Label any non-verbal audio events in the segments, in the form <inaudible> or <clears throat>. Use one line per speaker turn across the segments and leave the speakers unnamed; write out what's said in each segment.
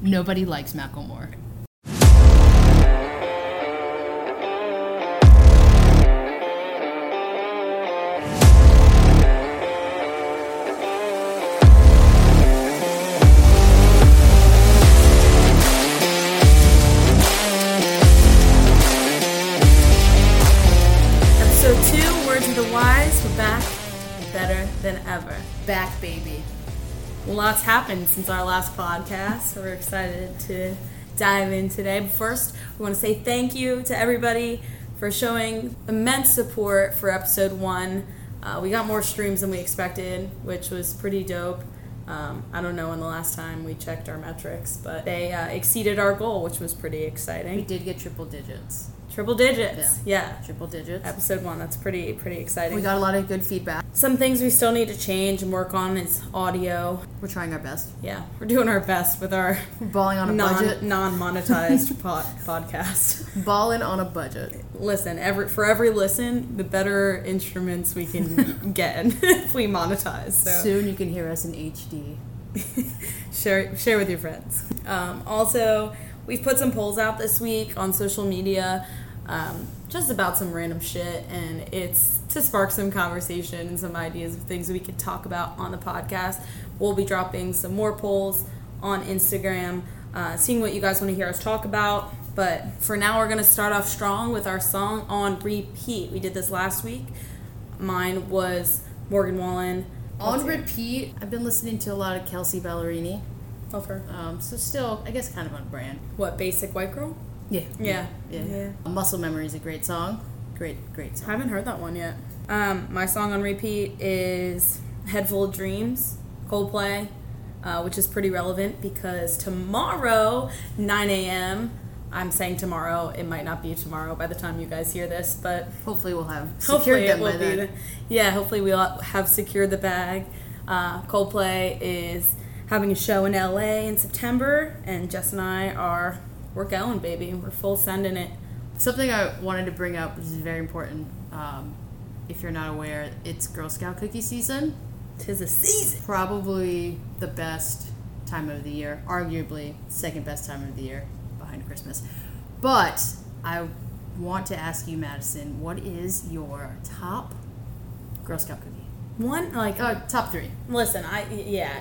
Nobody likes Macklemore.
Episode two, Words of the Wise, we're back better than ever.
Back, baby.
Lots happened since our last podcast, so we're excited to dive in today. But first, we want to say thank you to everybody for showing immense support for episode one. Uh, we got more streams than we expected, which was pretty dope. Um, I don't know when the last time we checked our metrics, but they uh, exceeded our goal, which was pretty
We
exciting.
did get triple digits.
Triple digits, yeah.
Triple digits.
Episode one, that's pretty pretty exciting.
We got a lot of good feedback.
Some things we still need to change and work on is audio.
We're trying our best.
Yeah, we're doing our best with our
We're balling on a
non
budget. <laughs>
non monetized pod, podcast.
Balling on a budget.
Listen, every for every listen, the better instruments
<laughs>
we can get <laughs> if we monetize. So
Soon you can hear us in HD.
share share with your friends. Um, also, we've put some polls out this week on social media. Um, just about some random shit, and it's to spark some conversation and some ideas of things we could talk about on the podcast. We'll be dropping some more polls on Instagram, uh, seeing what you guys want to hear us talk about. But for now, we're going to start off strong with our song on repeat. We did this last week. Mine was Morgan Wallen.
On repeat, I've been listening to a lot of Kelsey Ballerini.
Love her.
Um, so still, I guess, kind of on brand.
What, Basic White Girl?
Yeah.
Yeah.
Yeah. Muscle Memory is a great song. Great, great song.
Haven't heard that one yet. Um, my song on repeat is Head Full of Dreams, Coldplay, uh, which is pretty relevant because tomorrow, 9 a.m., I'm saying tomorrow, it might not be tomorrow by the time you guys hear this, but
Hopefully we'll have secured
hopefully it
them
will
by
be.
then.
the- yeah, hopefully we'll have secured the bag. Uh, Coldplay is having a show in LA in September, and Jess and I are, we're going, baby. We're full sending it.
Something I wanted to bring up, which is very important. Um, if you're not aware, it's Girl Scout cookie season.
Tis a season.
Probably the best time of the year, arguably second best time of the year behind Christmas. But I want to ask you, Madison, what is your top Girl Scout cookie?
One, like,
Uh, top three.
Listen, I yeah.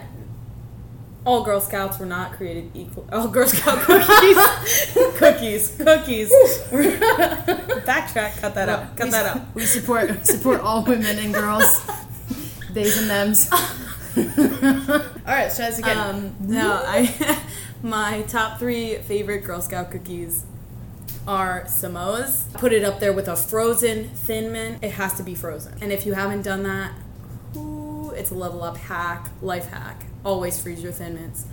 All Girl Scouts were not created equal. All Girl Scout cookies, cookies, cookies. We're- <laughs> Backtrack. Cut that out. Cut
We-
that out.
We support support all women and girls. Theys and thems. all right, try this again.
Um, no, I <laughs> my top three favorite Girl Scout cookies are Samoa's. Put it up there with a frozen Thin Mint. It has to be frozen. And if you haven't done that, ooh, it's a level up hack, life hack. Always freeze your Thin Mints.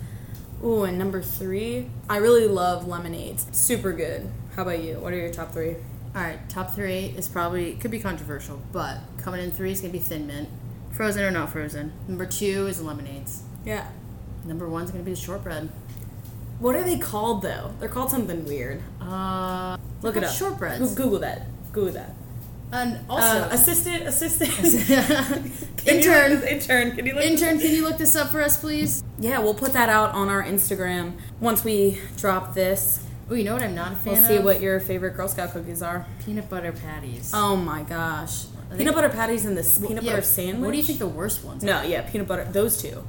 Ooh, and number three, I really love lemonades. Super good. How about you? What are your top three?
All right, top three is probably could be controversial, but coming in three is gonna be Thin Mint, frozen or not frozen. Number two is lemonades.
Yeah.
Number one's gonna be the shortbread.
What are they called though? They're called something weird.
Uh,
Look it up.
Shortbreads.
Google that. Google that.
and
Uh,
<laughs>
<laughs>
also,
assistant, assistant. Can you look
intern,
this- intern, can you look this-
intern, can you look this up for us, please?
Yeah, we'll put that out on our Instagram once we drop this.
Oh, you know what? I'm not a fan
We'll see
of
what your favorite Girl Scout cookies are.
peanut butter patties.
Oh my gosh,
Are they-
peanut butter patties and this
Wh-
peanut
yeah,
butter sandwich.
What do you think the worst ones? Are?
No, yeah, peanut butter. Those two.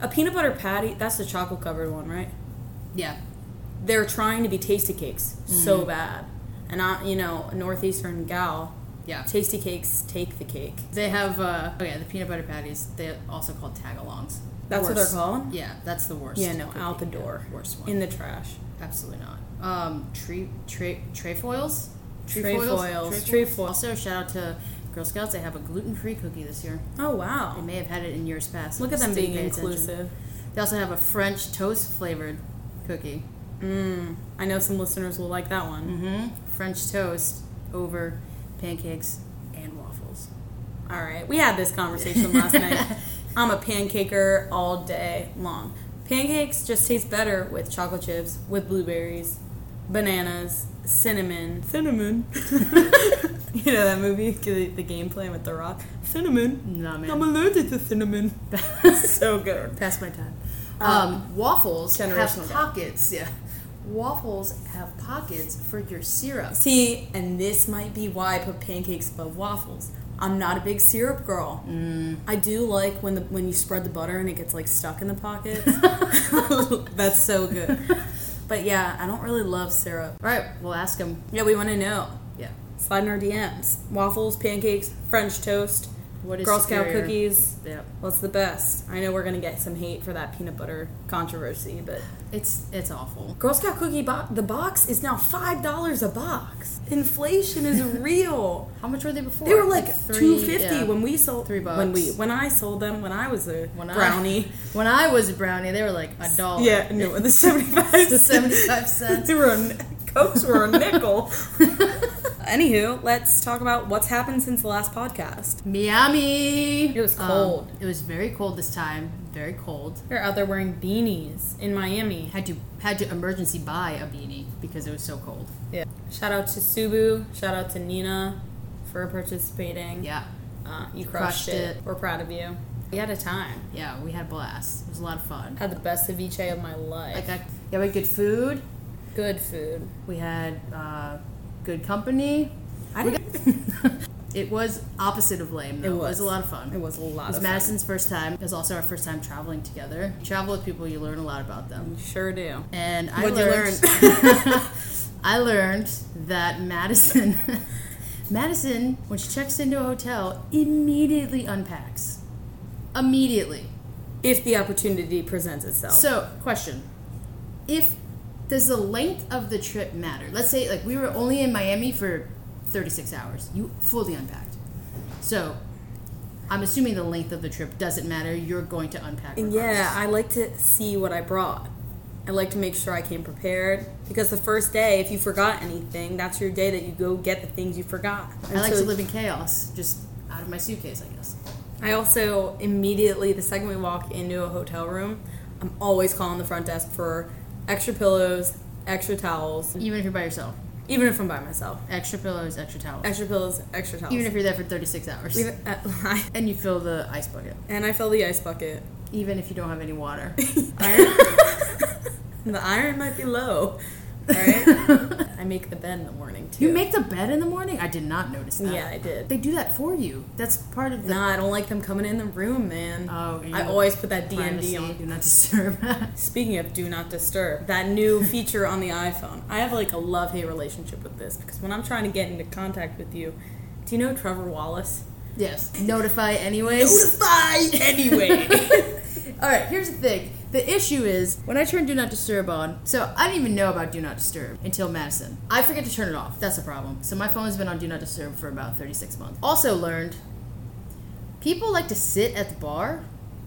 A peanut butter patty. That's the chocolate covered one, right?
Yeah,
They're trying to be tasty cakes so
Mm.
bad, and I, you know, northeastern gal,
yeah.
tasty cakes take the cake.
They have uh, oh yeah, the peanut butter patties. They're also called tagalongs.
That's what
Worst.
they're called?
Yeah, that's the worst.
Yeah, no,
cookie.
out the
Yeah,
door.
worst one.
In the trash.
Absolutely not. Um, tree, tray, trefoils?
Trefoils. Trefoil.
Also, shout out to Girl Scouts. They have a gluten-free cookie this year.
Oh
They
wow!
may have had it in years past.
Look at
Just
them
didn't
being
pay attention.
inclusive.
They also have a French toast flavored cookie.
Mm, I know some listeners will like that one.
Mm-hmm. French toast over pancakes and waffles.
All right, we had this conversation <laughs> last night. I'm a pancaker all day long. Pancakes just taste better with chocolate chips, with blueberries, bananas, cinnamon. Cinnamon. <laughs> you know that movie, the, the game plan with The Rock. Cinnamon.
Nah, man.
<laughs> I'm allergic to cinnamon. so good.
Past my time. Um, waffles have
generational gap.
pockets. Yeah. Waffles have pockets for your syrup.
See, and this might be why I put pancakes above waffles. I'm not a big syrup girl.
Mm.
I do like when the when you spread the butter and it gets like stuck in
<laughs>
the pockets. <laughs> That's so good. But yeah, I don't really love syrup.
All right, we'll ask them.
Yeah, we want to know.
Yeah.
Slide in our DMs. Waffles, pancakes, French toast,
What is
Girl Scout
superior?
cookies.
Yep.
What's the best? I know we're gonna get some hate for that peanut butter controversy, but
It's it's awful.
Girl Scout cookie box the box is now five dollars a box. Inflation is real.
How much were they before?
They were like
three-
two fifty
yeah.
when we sold
Three bucks.
when we when I sold them when I was a
When I-
<laughs> brownie.
when I was a brownie, they were like a dollar. <laughs>
yeah, no, <laughs> the seventy five
seventy five cents.
They were a, cokes were a <laughs> nickel. Anywho, let's talk about what's happened since the last podcast.
Miami.
It was
Um,
cold.
it was very cold this time. Very cold.
You're out there wearing beanies in Miami.
Had to had to emergency buy a beanie because it was so cold.
Yeah. Shout out to Subu. Shout out to Nina for participating.
Yeah,
Uh, you crushed,
Crushed
it.
it.
We're proud of you. We had a time.
yeah, we had a blast. It was a lot of fun.
Had the best ceviche of my life.
Like I, yeah, we had good food.
Good food.
We had uh, good company. <laughs>
I
We
didn't-
got- it was opposite of lame. Though.
It
It was,
was.
a lot of fun.
It was a lot
It was
of
Madison's first time. It was also our first time traveling together. You travel with people, you learn a lot about them.
fun. Sure do.
And I
What'd you
learned,
<laughs>
I learned that Madison, <laughs> Madison, when she checks into a hotel, immediately unpacks. Immediately.
If the opportunity presents itself.
So, question: If does the length of the trip matter? Let's say like we were only in Miami for 36 hours. You fully unpacked. So, I'm assuming the length of the trip doesn't matter. You're going to unpack.
And yeah, I like to see what I brought. I like to make sure I came prepared because the first day, if you forgot anything, that's your day that you go get the things you forgot.
I like
so
to live in chaos, just out of my suitcase, I guess.
I also immediately, the second we walk into a hotel room, I'm always calling the front desk for extra pillows, extra towels,
Even if you're by yourself,
even if I'm by myself.
extra pillows, extra towels.
Extra pillows, extra towels.
Even if you're there for 36 hours,
Even- uh, <laughs>
and you fill the ice bucket,
and I fill the ice bucket.
even if you don't have any
<laughs>
water.
The iron might
<laughs>
be low. All right. I make the bed in the morning too.
You make the bed in the morning. I did not notice that.
Yeah, I did.
They do that for you. That's part of the
Nah, I don't like them coming in the room, man.
Oh,
I
yeah.
always put that
privacy,
DND on.
Do not disturb.
<laughs> Speaking of do not disturb,
<laughs>
that new feature on the iPhone. I have like a love hate relationship with this because when I'm trying to get into contact with you, do you know Trevor Wallace?
yes. Notify anyways.
Notify
<laughs>
anyway.
All right. Here's the thing. The issue is when I turn Do Not Disturb on. So I didn't even know about Do Not Disturb until Madison. I forget to turn it off. That's a problem. So my phone's been on Do Not Disturb for about 36 months. Also learned, people like to sit at the bar.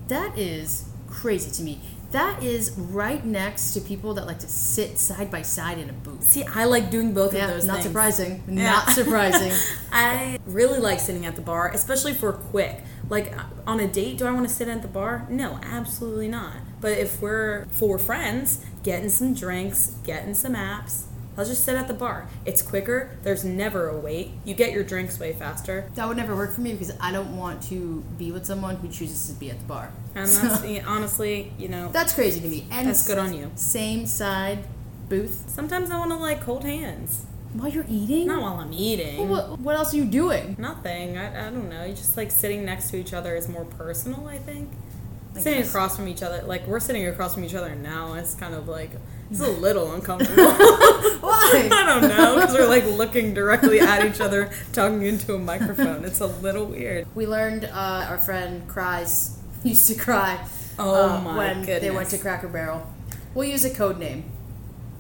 That is crazy to me. That is right next to people that like to sit side by side in a booth.
See, I like doing both
Yeah,
of those.
not
things.
surprising.
Yeah. <laughs>
Not surprising.
I really like sitting at the bar, especially for quick. Like uh, on a date, do I want to sit at the bar? No, absolutely not. But if we're four friends, getting some drinks, getting some apps, I'll just sit at the bar. It's quicker. There's never a wait. You get your drinks way faster.
That would never work for me because I don't want to be with someone who chooses to be at the bar.
And
So, <laughs>
that's yeah, honestly, you know,
that's crazy to me. And
that's good on you.
Same side booth
Sometimes I want to like hold hands,
while you're eating.
not while I'm eating.
What, what else are you
<laughs>
doing?
Nothing. I, I don't know. You just like sitting next to each other is more personal, I think.
I
sitting
guess.
across from each other, like we're sitting across from each other now, it's kind of like it's a little uncomfortable.
Why?
I don't know because we're like looking directly at each other, talking into a microphone. It's a little weird.
we learned uh, our friend cries <laughs> used to cry.
Oh
uh,
my
when they went
goodness.
to Cracker Barrel. We'll use a code name,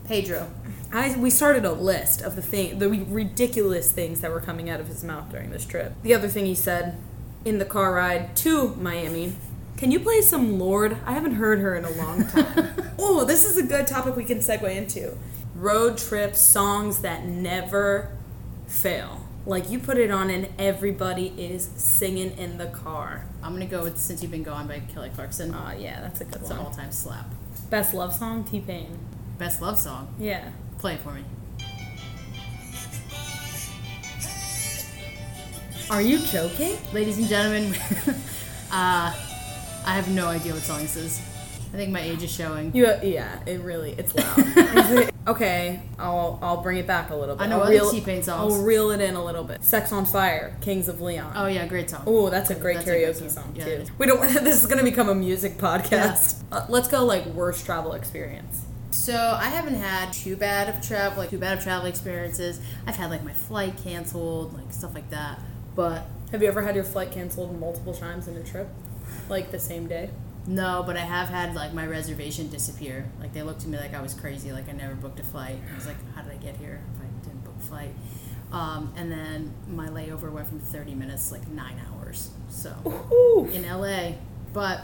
Pedro.
I we started a list of the thing, the ridiculous things that were coming out of his mouth during this trip. The other thing he said in the car ride to Miami. Can you play some Lord? I haven't heard her in
<laughs>
a long time. oh, this is a good topic we can segue into. Road trip songs that never fail. Like you put it on and everybody is singing in the car.
I'm gonna go with "Since You've Been Gone" by Kelly Clarkson.
Oh yeah, that's a good
That's an
one.
all-time slap.
Best love song, T Pain.
Best love song.
Yeah.
Play it for me. Are you <laughs> joking? Ladies and gentlemen, uh, I have no idea what song this is. I think my age is showing.
You yeah, it really it's
<laughs>
loud. okay, I'll I'll bring it back a little bit.
I know
I'll
other T-Pain songs.
I'll reel it in a little bit. Sex on Fire, Kings of Leon.
Oh yeah, great song.
Oh, that's a great
That's a
karaoke
great song.
song
Yeah, it
too.
is.
We don't. <laughs> This is gonna become a music podcast. Uh, let's go like worst travel experience.
So I haven't had too bad of travel, like too bad of travel experiences. I've had like my flight canceled, like stuff like that. But
Have you ever had your flight canceled multiple times in a trip, like the same day?
no, but I have had like my reservation disappear. Like they looked at me like I was crazy, like I never booked a flight. I was like, how did I get here if I didn't book a flight? Um, and then my layover went from 30 minutes to like nine hours. So in LA, but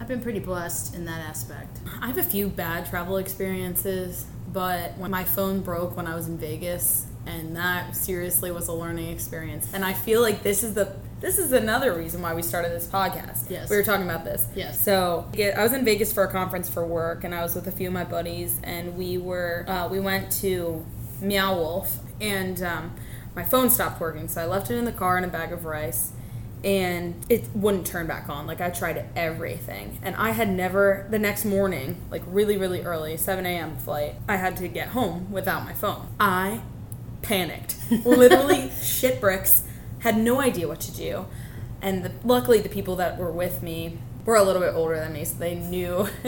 I've been pretty blessed in that aspect.
I have a few bad travel experiences, but when my phone broke when I was in Vegas, and that seriously was a learning experience. And I feel like this is the this is another reason why we started this podcast.
Yes.
we were talking about this.
Yes.
So yeah, I was in Vegas for a conference for work, and I was with a few of my buddies, and we were uh, we went to Meow Wolf, and um, my phone stopped working, so I left it in the car in a bag of rice, and it wouldn't turn back on. Like I tried everything, and I had never. The next morning, like really really early, seven a.m. flight, I had to get home without my phone. I
<laughs>
panicked, literally shit bricks. Had no idea what to do and the, luckily the people that were with me were a little bit older than me, so they knew <laughs>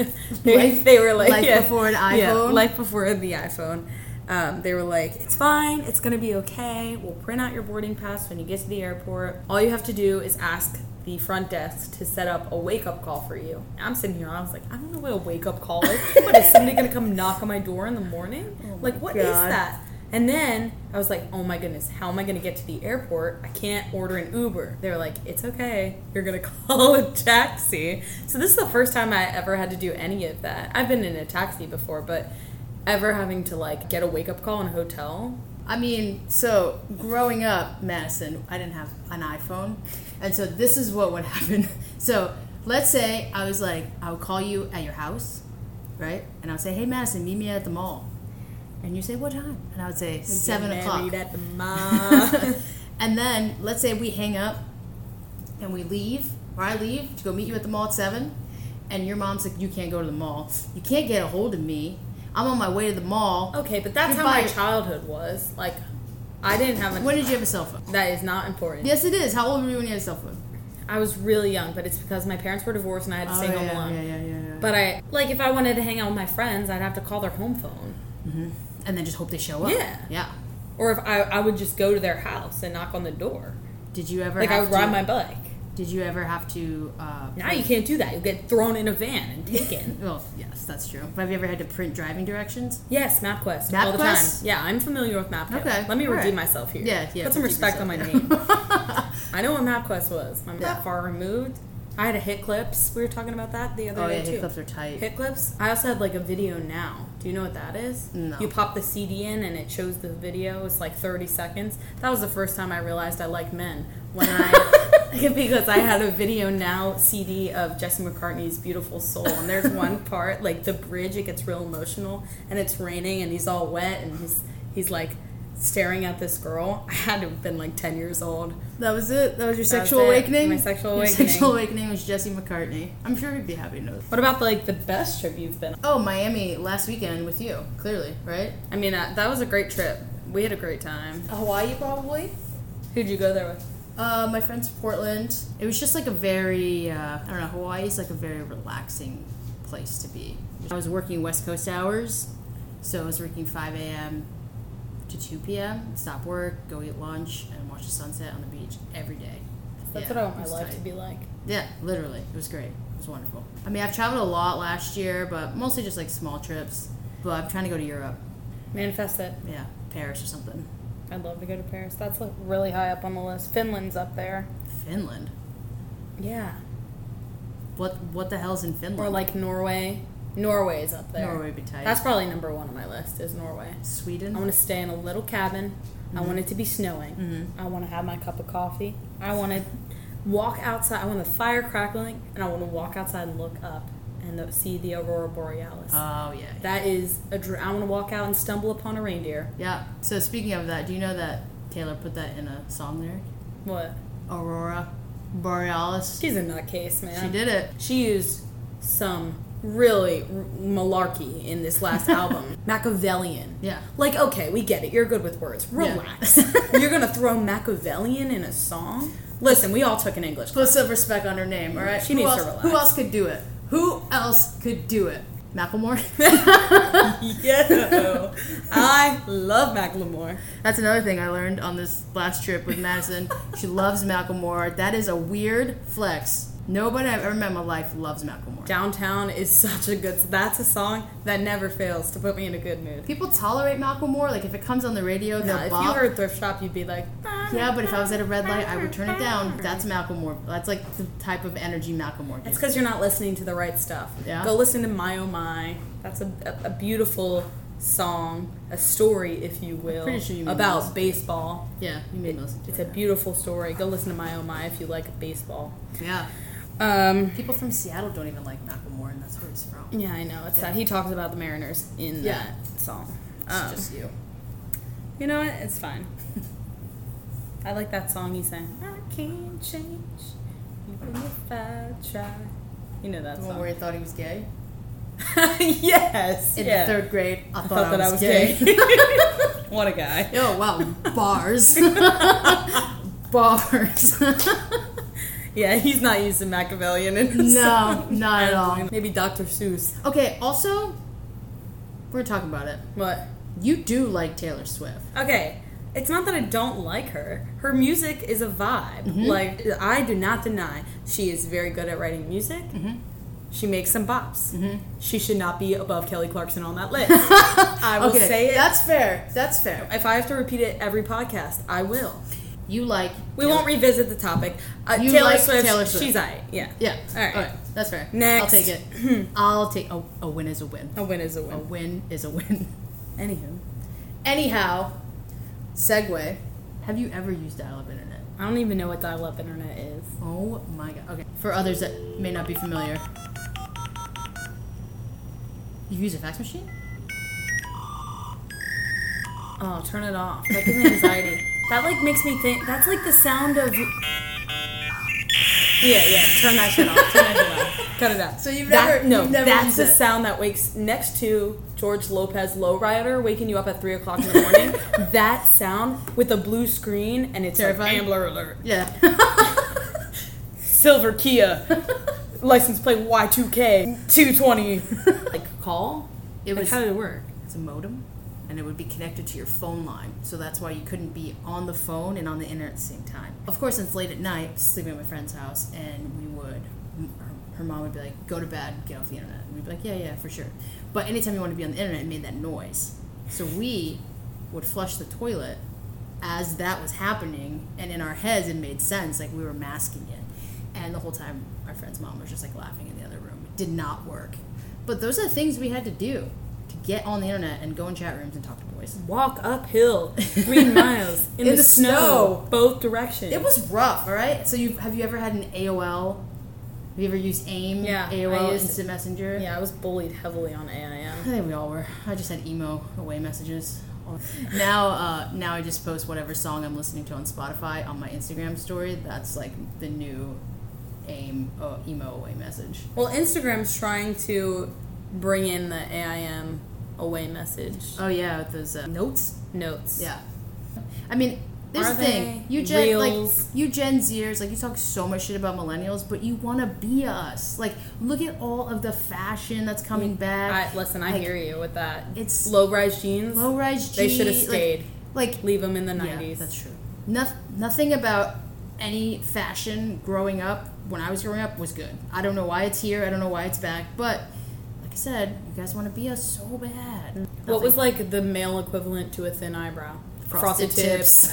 they,
Life-
they were like
life
yeah,
before an
yeah,
iPhone?
life before the iPhone. Um, they were like, "It's fine. It's gonna be okay. We'll print out your boarding pass when you get to the airport. All you have to do is ask." The front desk to set up a wake up call for you. I'm sitting here. I was like, I don't know what a wake up call is. What is somebody gonna come knock on my door in
<laughs>
the morning? like, what is
Oh God.
that? And then I was like, oh my goodness, how am I going to get to the airport? I can't order an Uber. They were like, it's okay. You're going to <laughs> call a taxi. So this is the first time I ever had to do any of that. I've been in a taxi before, but ever having to like get a wake up call in a hotel.
I mean, so growing up, Madison, I didn't have an iPhone. And so this is what would <laughs> happen. So let's say I was like, I would call you at your house, right? And I would say, hey, Madison, meet me at the mall. And you say, what time? And I would say, 7
Get
o'clock. <laughs>
married at the mall.
and then let's say we hang up and we leave, or I leave to go meet you at the mall at 7. And your mom's like, you can't go to the mall. You can't get a hold of me. I'm on my way to the mall.
okay, but that's how my
Goodbye.
childhood was. Like, I didn't have an.
When did you have a cell phone?
that is not important.
Yes, it is. How old were you when you had a cell phone?
I was really young, but it's because my parents were divorced and I had to stay home
Oh, yeah,
alone.
Yeah, yeah, yeah, yeah.
But I like if I wanted to hang out with my friends, I'd have to call their home phone,
and then just hope they show up.
Yeah.
Yeah.
or if I I would just go to their house and knock on the door.
Did you ever
Like I
have
would ride
to,
my bike.
Did you ever have to? Uh,
Now you can't do that. You'll get thrown in a van
<laughs>
and taken.
well, yes, that's true. But have you ever had to print driving directions? <laughs>
yes, MapQuest, all the time.
MapQuest?
Yeah, I'm familiar with MapQuest.
Okay,
let me
all
redeem
right.
myself here.
Yeah, yeah,
Put some
redeem
respect on
<laughs>
my name. I know what MapQuest was. I'm
Yeah.
not far removed. I had a hit clips. We were talking about that the other
Oh
day
yeah,
too.
hip clips are tight.
Hit clips. I also had like a video now. Do you know what that is?
No.
You pop the CD in and it shows the video. It's like 30 seconds. That was the first time I realized I like men when
<laughs>
I <laughs> because I had a video now CD of Jesse McCartney's Beautiful Soul and
<laughs>
there's one part like the bridge it gets real emotional and it's raining and he's all wet and he's he's like staring at this girl. I had to have been like 10 years old.
That was it. That was your
That was
sexual
it.
awakening.
My sexual
Your
awakening.
sexual awakening was Jesse McCartney. I'm sure he'd be happy to know. That.
What about like the best trip you've been on?
Oh, Miami last weekend with you. Clearly, right?
I mean, uh, that was a great trip. We had a great time.
Hawaii probably.
Who'd you go there with?
Uh, my friends from Portland. It was just like a very, uh, I don't know, Hawaii is like a very relaxing place to be. I was working West Coast hours, so I was working 5 a.m. to 2 p.m. Stop work, go eat lunch, and watch the sunset on the beach every day.
That's
Yeah,
what I want
it
my
was
life
tight.
to be like.
Yeah, literally. It was great. It was wonderful. I mean, I've traveled a lot last year, but mostly just like small trips. But I'm trying to go to Europe.
Manifest it.
Yeah, Paris or something.
I'd love to go to Paris. That's like really high up on the list. Finland's up there.
Finland.
Yeah.
What What the hell's in Finland?
Or like Norway. Norway's up there.
Norway would be tight.
That's probably number one on my list is Norway.
Sweden.
I want to stay in a little cabin. I
Mm-hmm.
want it to be snowing. I want to have my cup of coffee. I want to walk outside. I want the fire crackling, and I want to walk outside and look up and the, see the aurora borealis.
Oh yeah.
that is a dream. I want to walk out and stumble upon a reindeer.
Yeah. So speaking of that, do you know that Taylor put that in a song lyric?
What?
Aurora Borealis.
She's a nutcase, man.
She did it.
She used some really r- malarkey in
<laughs>
this last album. Machiavellian.
Yeah.
Like, okay, we get it. You're good with words.
Yeah.
Relax. <laughs> You're going to throw Machiavellian in a song? Listen, we all took an English
Put some respect on her name, all right?
She
who
needs to
else,
relax.
Who else could do it? Who else could do it? Macklemore. <laughs>
<laughs> Yeah. <laughs> I love Macklemore.
That's another thing I learned on this last trip with Madison. she loves Macklemore. That is a weird flex. Nobody I've ever met in my life loves Macklemore.
Downtown is such a good. That's a song that never fails to put me in a good mood.
People tolerate Macklemore. Like if it comes on the radio,
Now,
they'll
if you
bop.
heard Thrift Shop, you'd be like, "Ah."
yeah, but if I was at a red light, I would turn it down. That's Macklemore. That's like the type of energy Macklemore
it's
gives.
because you're not listening to the right stuff.
Yeah.
Go listen to My Oh My. That's a, a, a beautiful song, a story, if you will,
pretty sure you mean
about
those.
baseball.
Yeah, you made most of
It's a beautiful story. Go listen to My Oh My if you like baseball.
Yeah.
Um,
People from Seattle don't even like Macklemore, and that's where he's from. It's
yeah, I know. It's that he talks about the Mariners in
Yeah.
that song. Um,
just you.
You know what? It's fine. I like that song he sang. I can't change even if I try. You know that
The one
song.
where he thought he was gay?
<laughs> yes.
In
yeah.
third grade, I thought,
I thought
I
that I
was
was
gay.
gay. <laughs> what a guy.
<laughs> Oh wow, <laughs> bars, <laughs> bars.
Yeah, he's not used to Machiavellian. In his
no,
song.
not at all.
Maybe Dr. Seuss.
Okay, also, we're talking about it.
What?
You do like Taylor Swift.
Okay. It's not that I don't like her. Her music is a vibe.
Mm-hmm.
Like I do not deny she is very good at writing music.
Mm-hmm.
She makes some bops. She should not be above Kelly Clarkson
<laughs>
on that list. I will
okay,
say it.
That's fair. That's fair.
if I have to repeat it every podcast, I will.
You like.
We
Taylor-
won't revisit the topic. Uh,
You
Taylor,
like
Swift,
Taylor Swift.
She's I. Yeah.
Yeah.
All right.
That's fair.
Next.
I'll take
<clears throat>
it. I'll take. A, a win is a win.
A win is a
A
win.
win is a win. <laughs>
Oh, Anywho,
Anyhow, segue. Have you ever used dial-up internet?
I don't even know what dial-up internet is.
Oh my god. Okay. For others that may not be familiar, you use a fax machine?
Oh, turn it off. That gives me anxiety. <laughs> that like makes me think. That's like the sound of. Yeah, yeah. Turn that shit off. Turn that shit <laughs> off. Cut it out.
So you've
That-
never-
no.
you've never
that's
used
the
it.
sound that wakes next to George Lopez Lowrider waking you up at three o'clock in the <laughs> morning. that sound with a blue screen and it's
Terrifying.
Like, Ambler Alert,
Yeah.
Silver Kia, <laughs> license plate Y two K two twenty. <laughs> Like call.
It
Like,
was-
how did it work?
it's a modem, and it would be connected to your phone line. So that's why you couldn't be on the phone and on the internet at the same time. Of course, it's late at night, sleeping at my friend's house, and we would. her- Her mom would be like, "Go to bed, get off the internet." And we'd be like, "Yeah, yeah, for sure." But anytime you want to be on the internet, it made that noise. So we would flush the toilet as that was happening, and in our heads, it made sense. Like we were masking it, and the whole time, our friend's mom was just like laughing in the other room. It did not work. But those are the things we had to do to get on the internet and go in chat rooms and talk to boys.
Walk uphill
<laughs>
three miles in, the, snow, both directions.
It was rough, all right. So you have you ever had an AOL? Have you ever used AIM?
Yeah, I
AOL
used-
Instant Messenger.
Yeah, I was bullied heavily on
I <laughs>
AIM.
think we all were. I just had emo away messages. Now, uh, now I just post whatever song I'm listening to on Spotify on my Instagram story. That's like the new aim uh, emo away message.
Well, Instagram's trying to bring in the AIM away message
Oh yeah, with those uh, notes.
notes.
Yeah, I mean, there's
Are
the thing.
they?
You Gen
Reels?
like you Gen Zers like you talk so much shit about millennials, but you want to be us. Like, look at all of the fashion that's coming back.
Mm, I, listen, I
Like,
hear you with that.
It's
Low rise jeans.
low rise.
They should have stayed.
Like,
Leave them in the
Yeah,
90s.
that's true. Noth- nothing about any fashion growing up when I was growing up was good. I don't know why it's here. I don't know why it's back. But like I said, you guys want to be us so bad.
what was like the male equivalent to a thin eyebrow?
frosted, tips?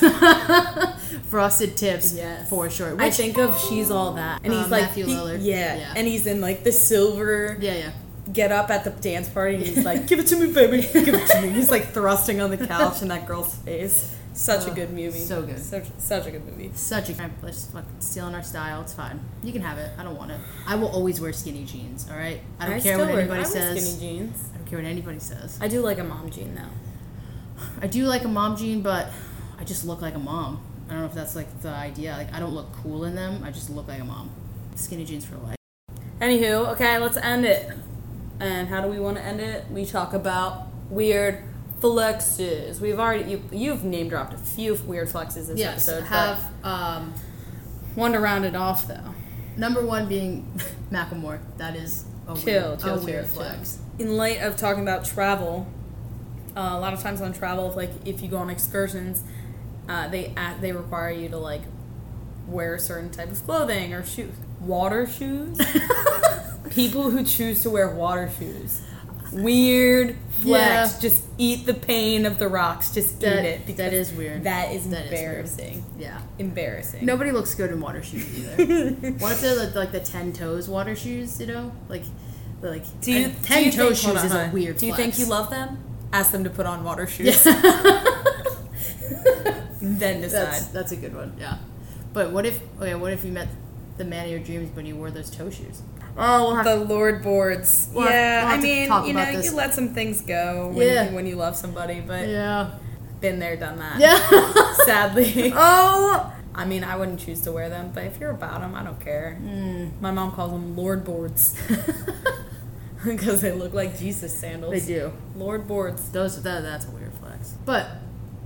frosted tips. <laughs>
Yes.
for sure.
I
Which
think of she's all that, and
Uh,
he's like
Matthew
he-
Lillard.
yeah.
Yeah.
and he's in like the silver
yeah, yeah.
get up at the dance party and he's like, <laughs> "Give it to me, baby, give it to me." He's like thrusting on the couch in that girl's face. Such a
Ugh,
good movie.
so good.
Such, such a good movie.
Such a crime. Let's just fucking stealing our style. It's fine. You can have it. I don't want it. I will always wear skinny jeans. All right. I don't care
still
what
wear-
anybody
I wear
says.
Skinny jeans.
I don't care what anybody says.
I do like a mom jean though.
I do like a mom jean, but I just look like a mom. I don't know if that's like the idea. Like I don't look cool in them. I just look like a mom. Skinny jeans for life.
Anywho, okay, let's end it. And how do we want to end it? We talk about weird flexes. We've already you, you've name dropped a few weird flexes this
yes,
episode.
have um,
but one to round it off though.
number one being <laughs> Macklemore. That is a
Chill,
weird,
chill,
a
chill,
weird
chill.
flex.
Oh, in light of talking about travel, uh, a lot of times on travel, if, like if you go on excursions, uh, they at, they require you to like wear a certain type of clothing or shoes,
<laughs>
water shoes. People who choose to wear water shoes, weird flex.
Yeah.
Just eat the pain of the rocks. Just
That-
eat it. because
that is weird.
That
That
is
is weird.
embarrassing.
Yeah.
Embarrassing.
Nobody looks good in water shoes
<laughs>
either. what if they're like, like the ten toes water shoes? You know, like they're like
Do you,
and
do
ten
you
toe
think- hold
shoes
on,
is
hold
a
on.
weird.
Do you
flex.
think you love them? Ask them to put on water shoes. <laughs>
Yeah.
then decide.
that's that's a good one. Yeah. But what if okay? What if you met the man of your dreams but he wore those toe shoes? Oh, we'll have <laughs>
the Lord boards.
We'll have-
yeah,
we'll have to
I mean,
talk
you
about
know,
this.
you let some things go when,
Yeah.
you, when you love somebody, but
yeah,
been there, done
<laughs>
that. <laughs>
yeah.
Sadly.
oh,
I mean, I wouldn't choose to wear them, but if you're about them, I don't care.
Hmm.
My mom calls them
<laughs>
Lord boards <laughs> because they look like Jesus sandals.
they do.
Lord boards.
Those that, that's a weird flex. But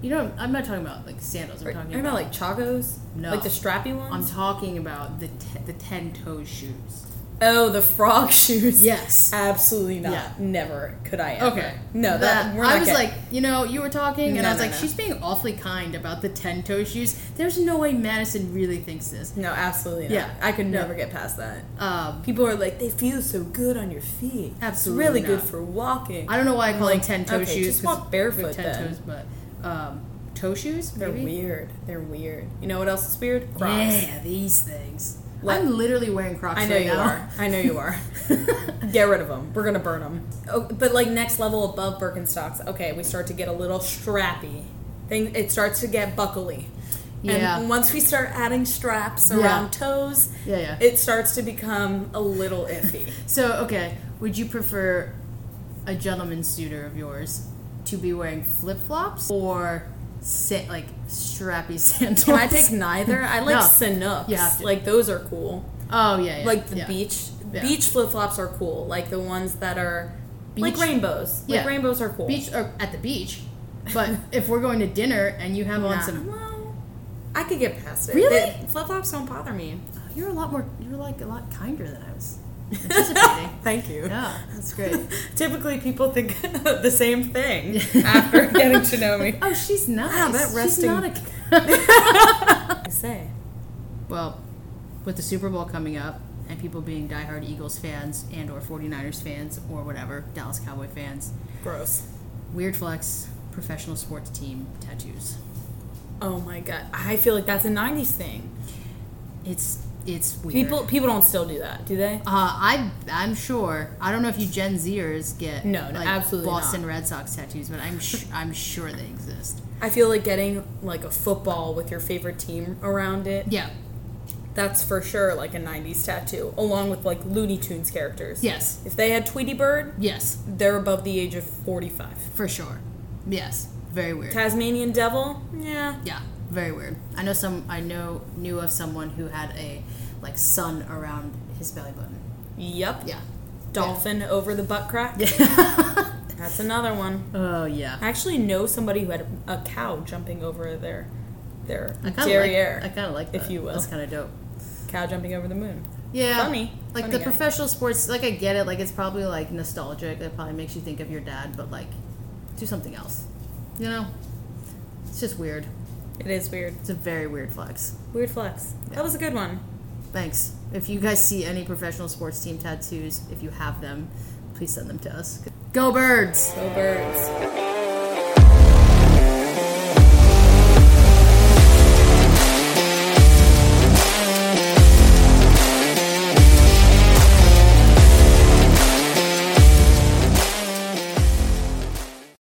you know, I'm not talking about like sandals. I'm
Are
talking
you
about
about like chacos?
No.
Like the strappy ones?
I'm talking about the te- the ten toe shoes.
oh, the frog <laughs> shoes.
Yes.
Absolutely not.
Yeah.
Never could I ever.
Okay.
No, that, we're not
I was
getting-
like, you know, you were talking, and
No,
I was
no,
like,
no.
she's being awfully kind about the ten toe shoes. There's no way Madison really thinks this.
No, absolutely not.
Yeah.
I could
No.
never get past that.
Um,
People are like, they feel so good on your feet.
Absolutely
it's really
not.
good for walking.
I don't know why I call
Like,
them ten toe
okay,
shoes.
just
'cause
walk barefoot
they're ten
then.
toes, but um, toe shoes.
They're
maybe?
weird. They're weird. You know what else is weird? Crocs.
Yeah, these things.
Like-
I'm literally wearing Crocs.
I know
right
you
now.
are. I know you are. get rid of them. We're gonna burn them. Oh, but like next level above Birkenstocks, okay, we start to get a little strappy. Thing it starts to get buckly.
Yeah.
And once we start adding straps
Yeah.
around toes,
<laughs> Yeah, yeah.
it starts to become a
<laughs>
little iffy.
So okay, would you prefer a gentleman suitor of yours to be wearing flip flops or sa- like strappy <laughs> sandals?
Can I pick neither? I like
No.
Sanooks.
You have to.
Like those are cool.
Oh yeah, yeah
Like the
yeah.
beach
Yeah.
beach flip flops are cool. Like the ones that are like
Beach-
rainbows. Like
Yeah.
rainbows are cool.
beach or at the beach. But if we're going to dinner and you have
Nah,
on some,
well, I could get past it.
Really?
Flip flops don't bother me.
you're a lot more. You're like a lot kinder than I <laughs> was anticipating.
Thank you.
yeah, <laughs> that's great.
<laughs> Typically, people think <laughs> the same
<laughs>
thing after getting to know me.
Oh, she's nice.
Wow, that
She's
resting-
not a.
<laughs> I say.
Well, with the Super Bowl coming up and people being diehard Eagles fans and or 49ers fans or whatever, Dallas Cowboy fans,
Gross.
weird flex, professional sports team tattoos.
Oh my god. I feel like that's a 90s thing.
It's it's weird.
People people don't still do that, do they?
uh, I I'm sure. I don't know if you Gen Zers get
No, no,
like
absolutely
Boston
not.
Red Sox tattoos, but I'm sh- I'm sure they exist.
I feel like getting like a football with your favorite team around it.
Yeah.
That's for sure like a 90s tattoo, along with like Looney Tunes characters.
Yes.
If they had Tweety Bird,
Yes.
they're above the age of 45.
For sure. Yes. Very weird.
Tasmanian Devil? Yeah.
Yeah, very weird. I know some. I know knew of someone who had a like sun around his belly button.
Yep.
Yeah.
Dolphin over the butt crack? That's another one.
<laughs> Oh yeah.
I actually know somebody who had a cow jumping over their their
I kind of like.
derriere.
I kind of like that.
if you will.
That's kind of dope.
cow jumping over the moon.
Yeah.
Funny.
Like
Funny
the
guy.
professional sports. Like I get it. Like it's probably like nostalgic. It probably makes you think of your dad, but like, do something else. You know. It's just weird.
It is weird.
It's a very weird flex.
Weird flex.
Yeah.
That was a good one.
Thanks. If you guys see any professional sports team tattoos, if you have them, please send them to us. Go birds!
Go birds.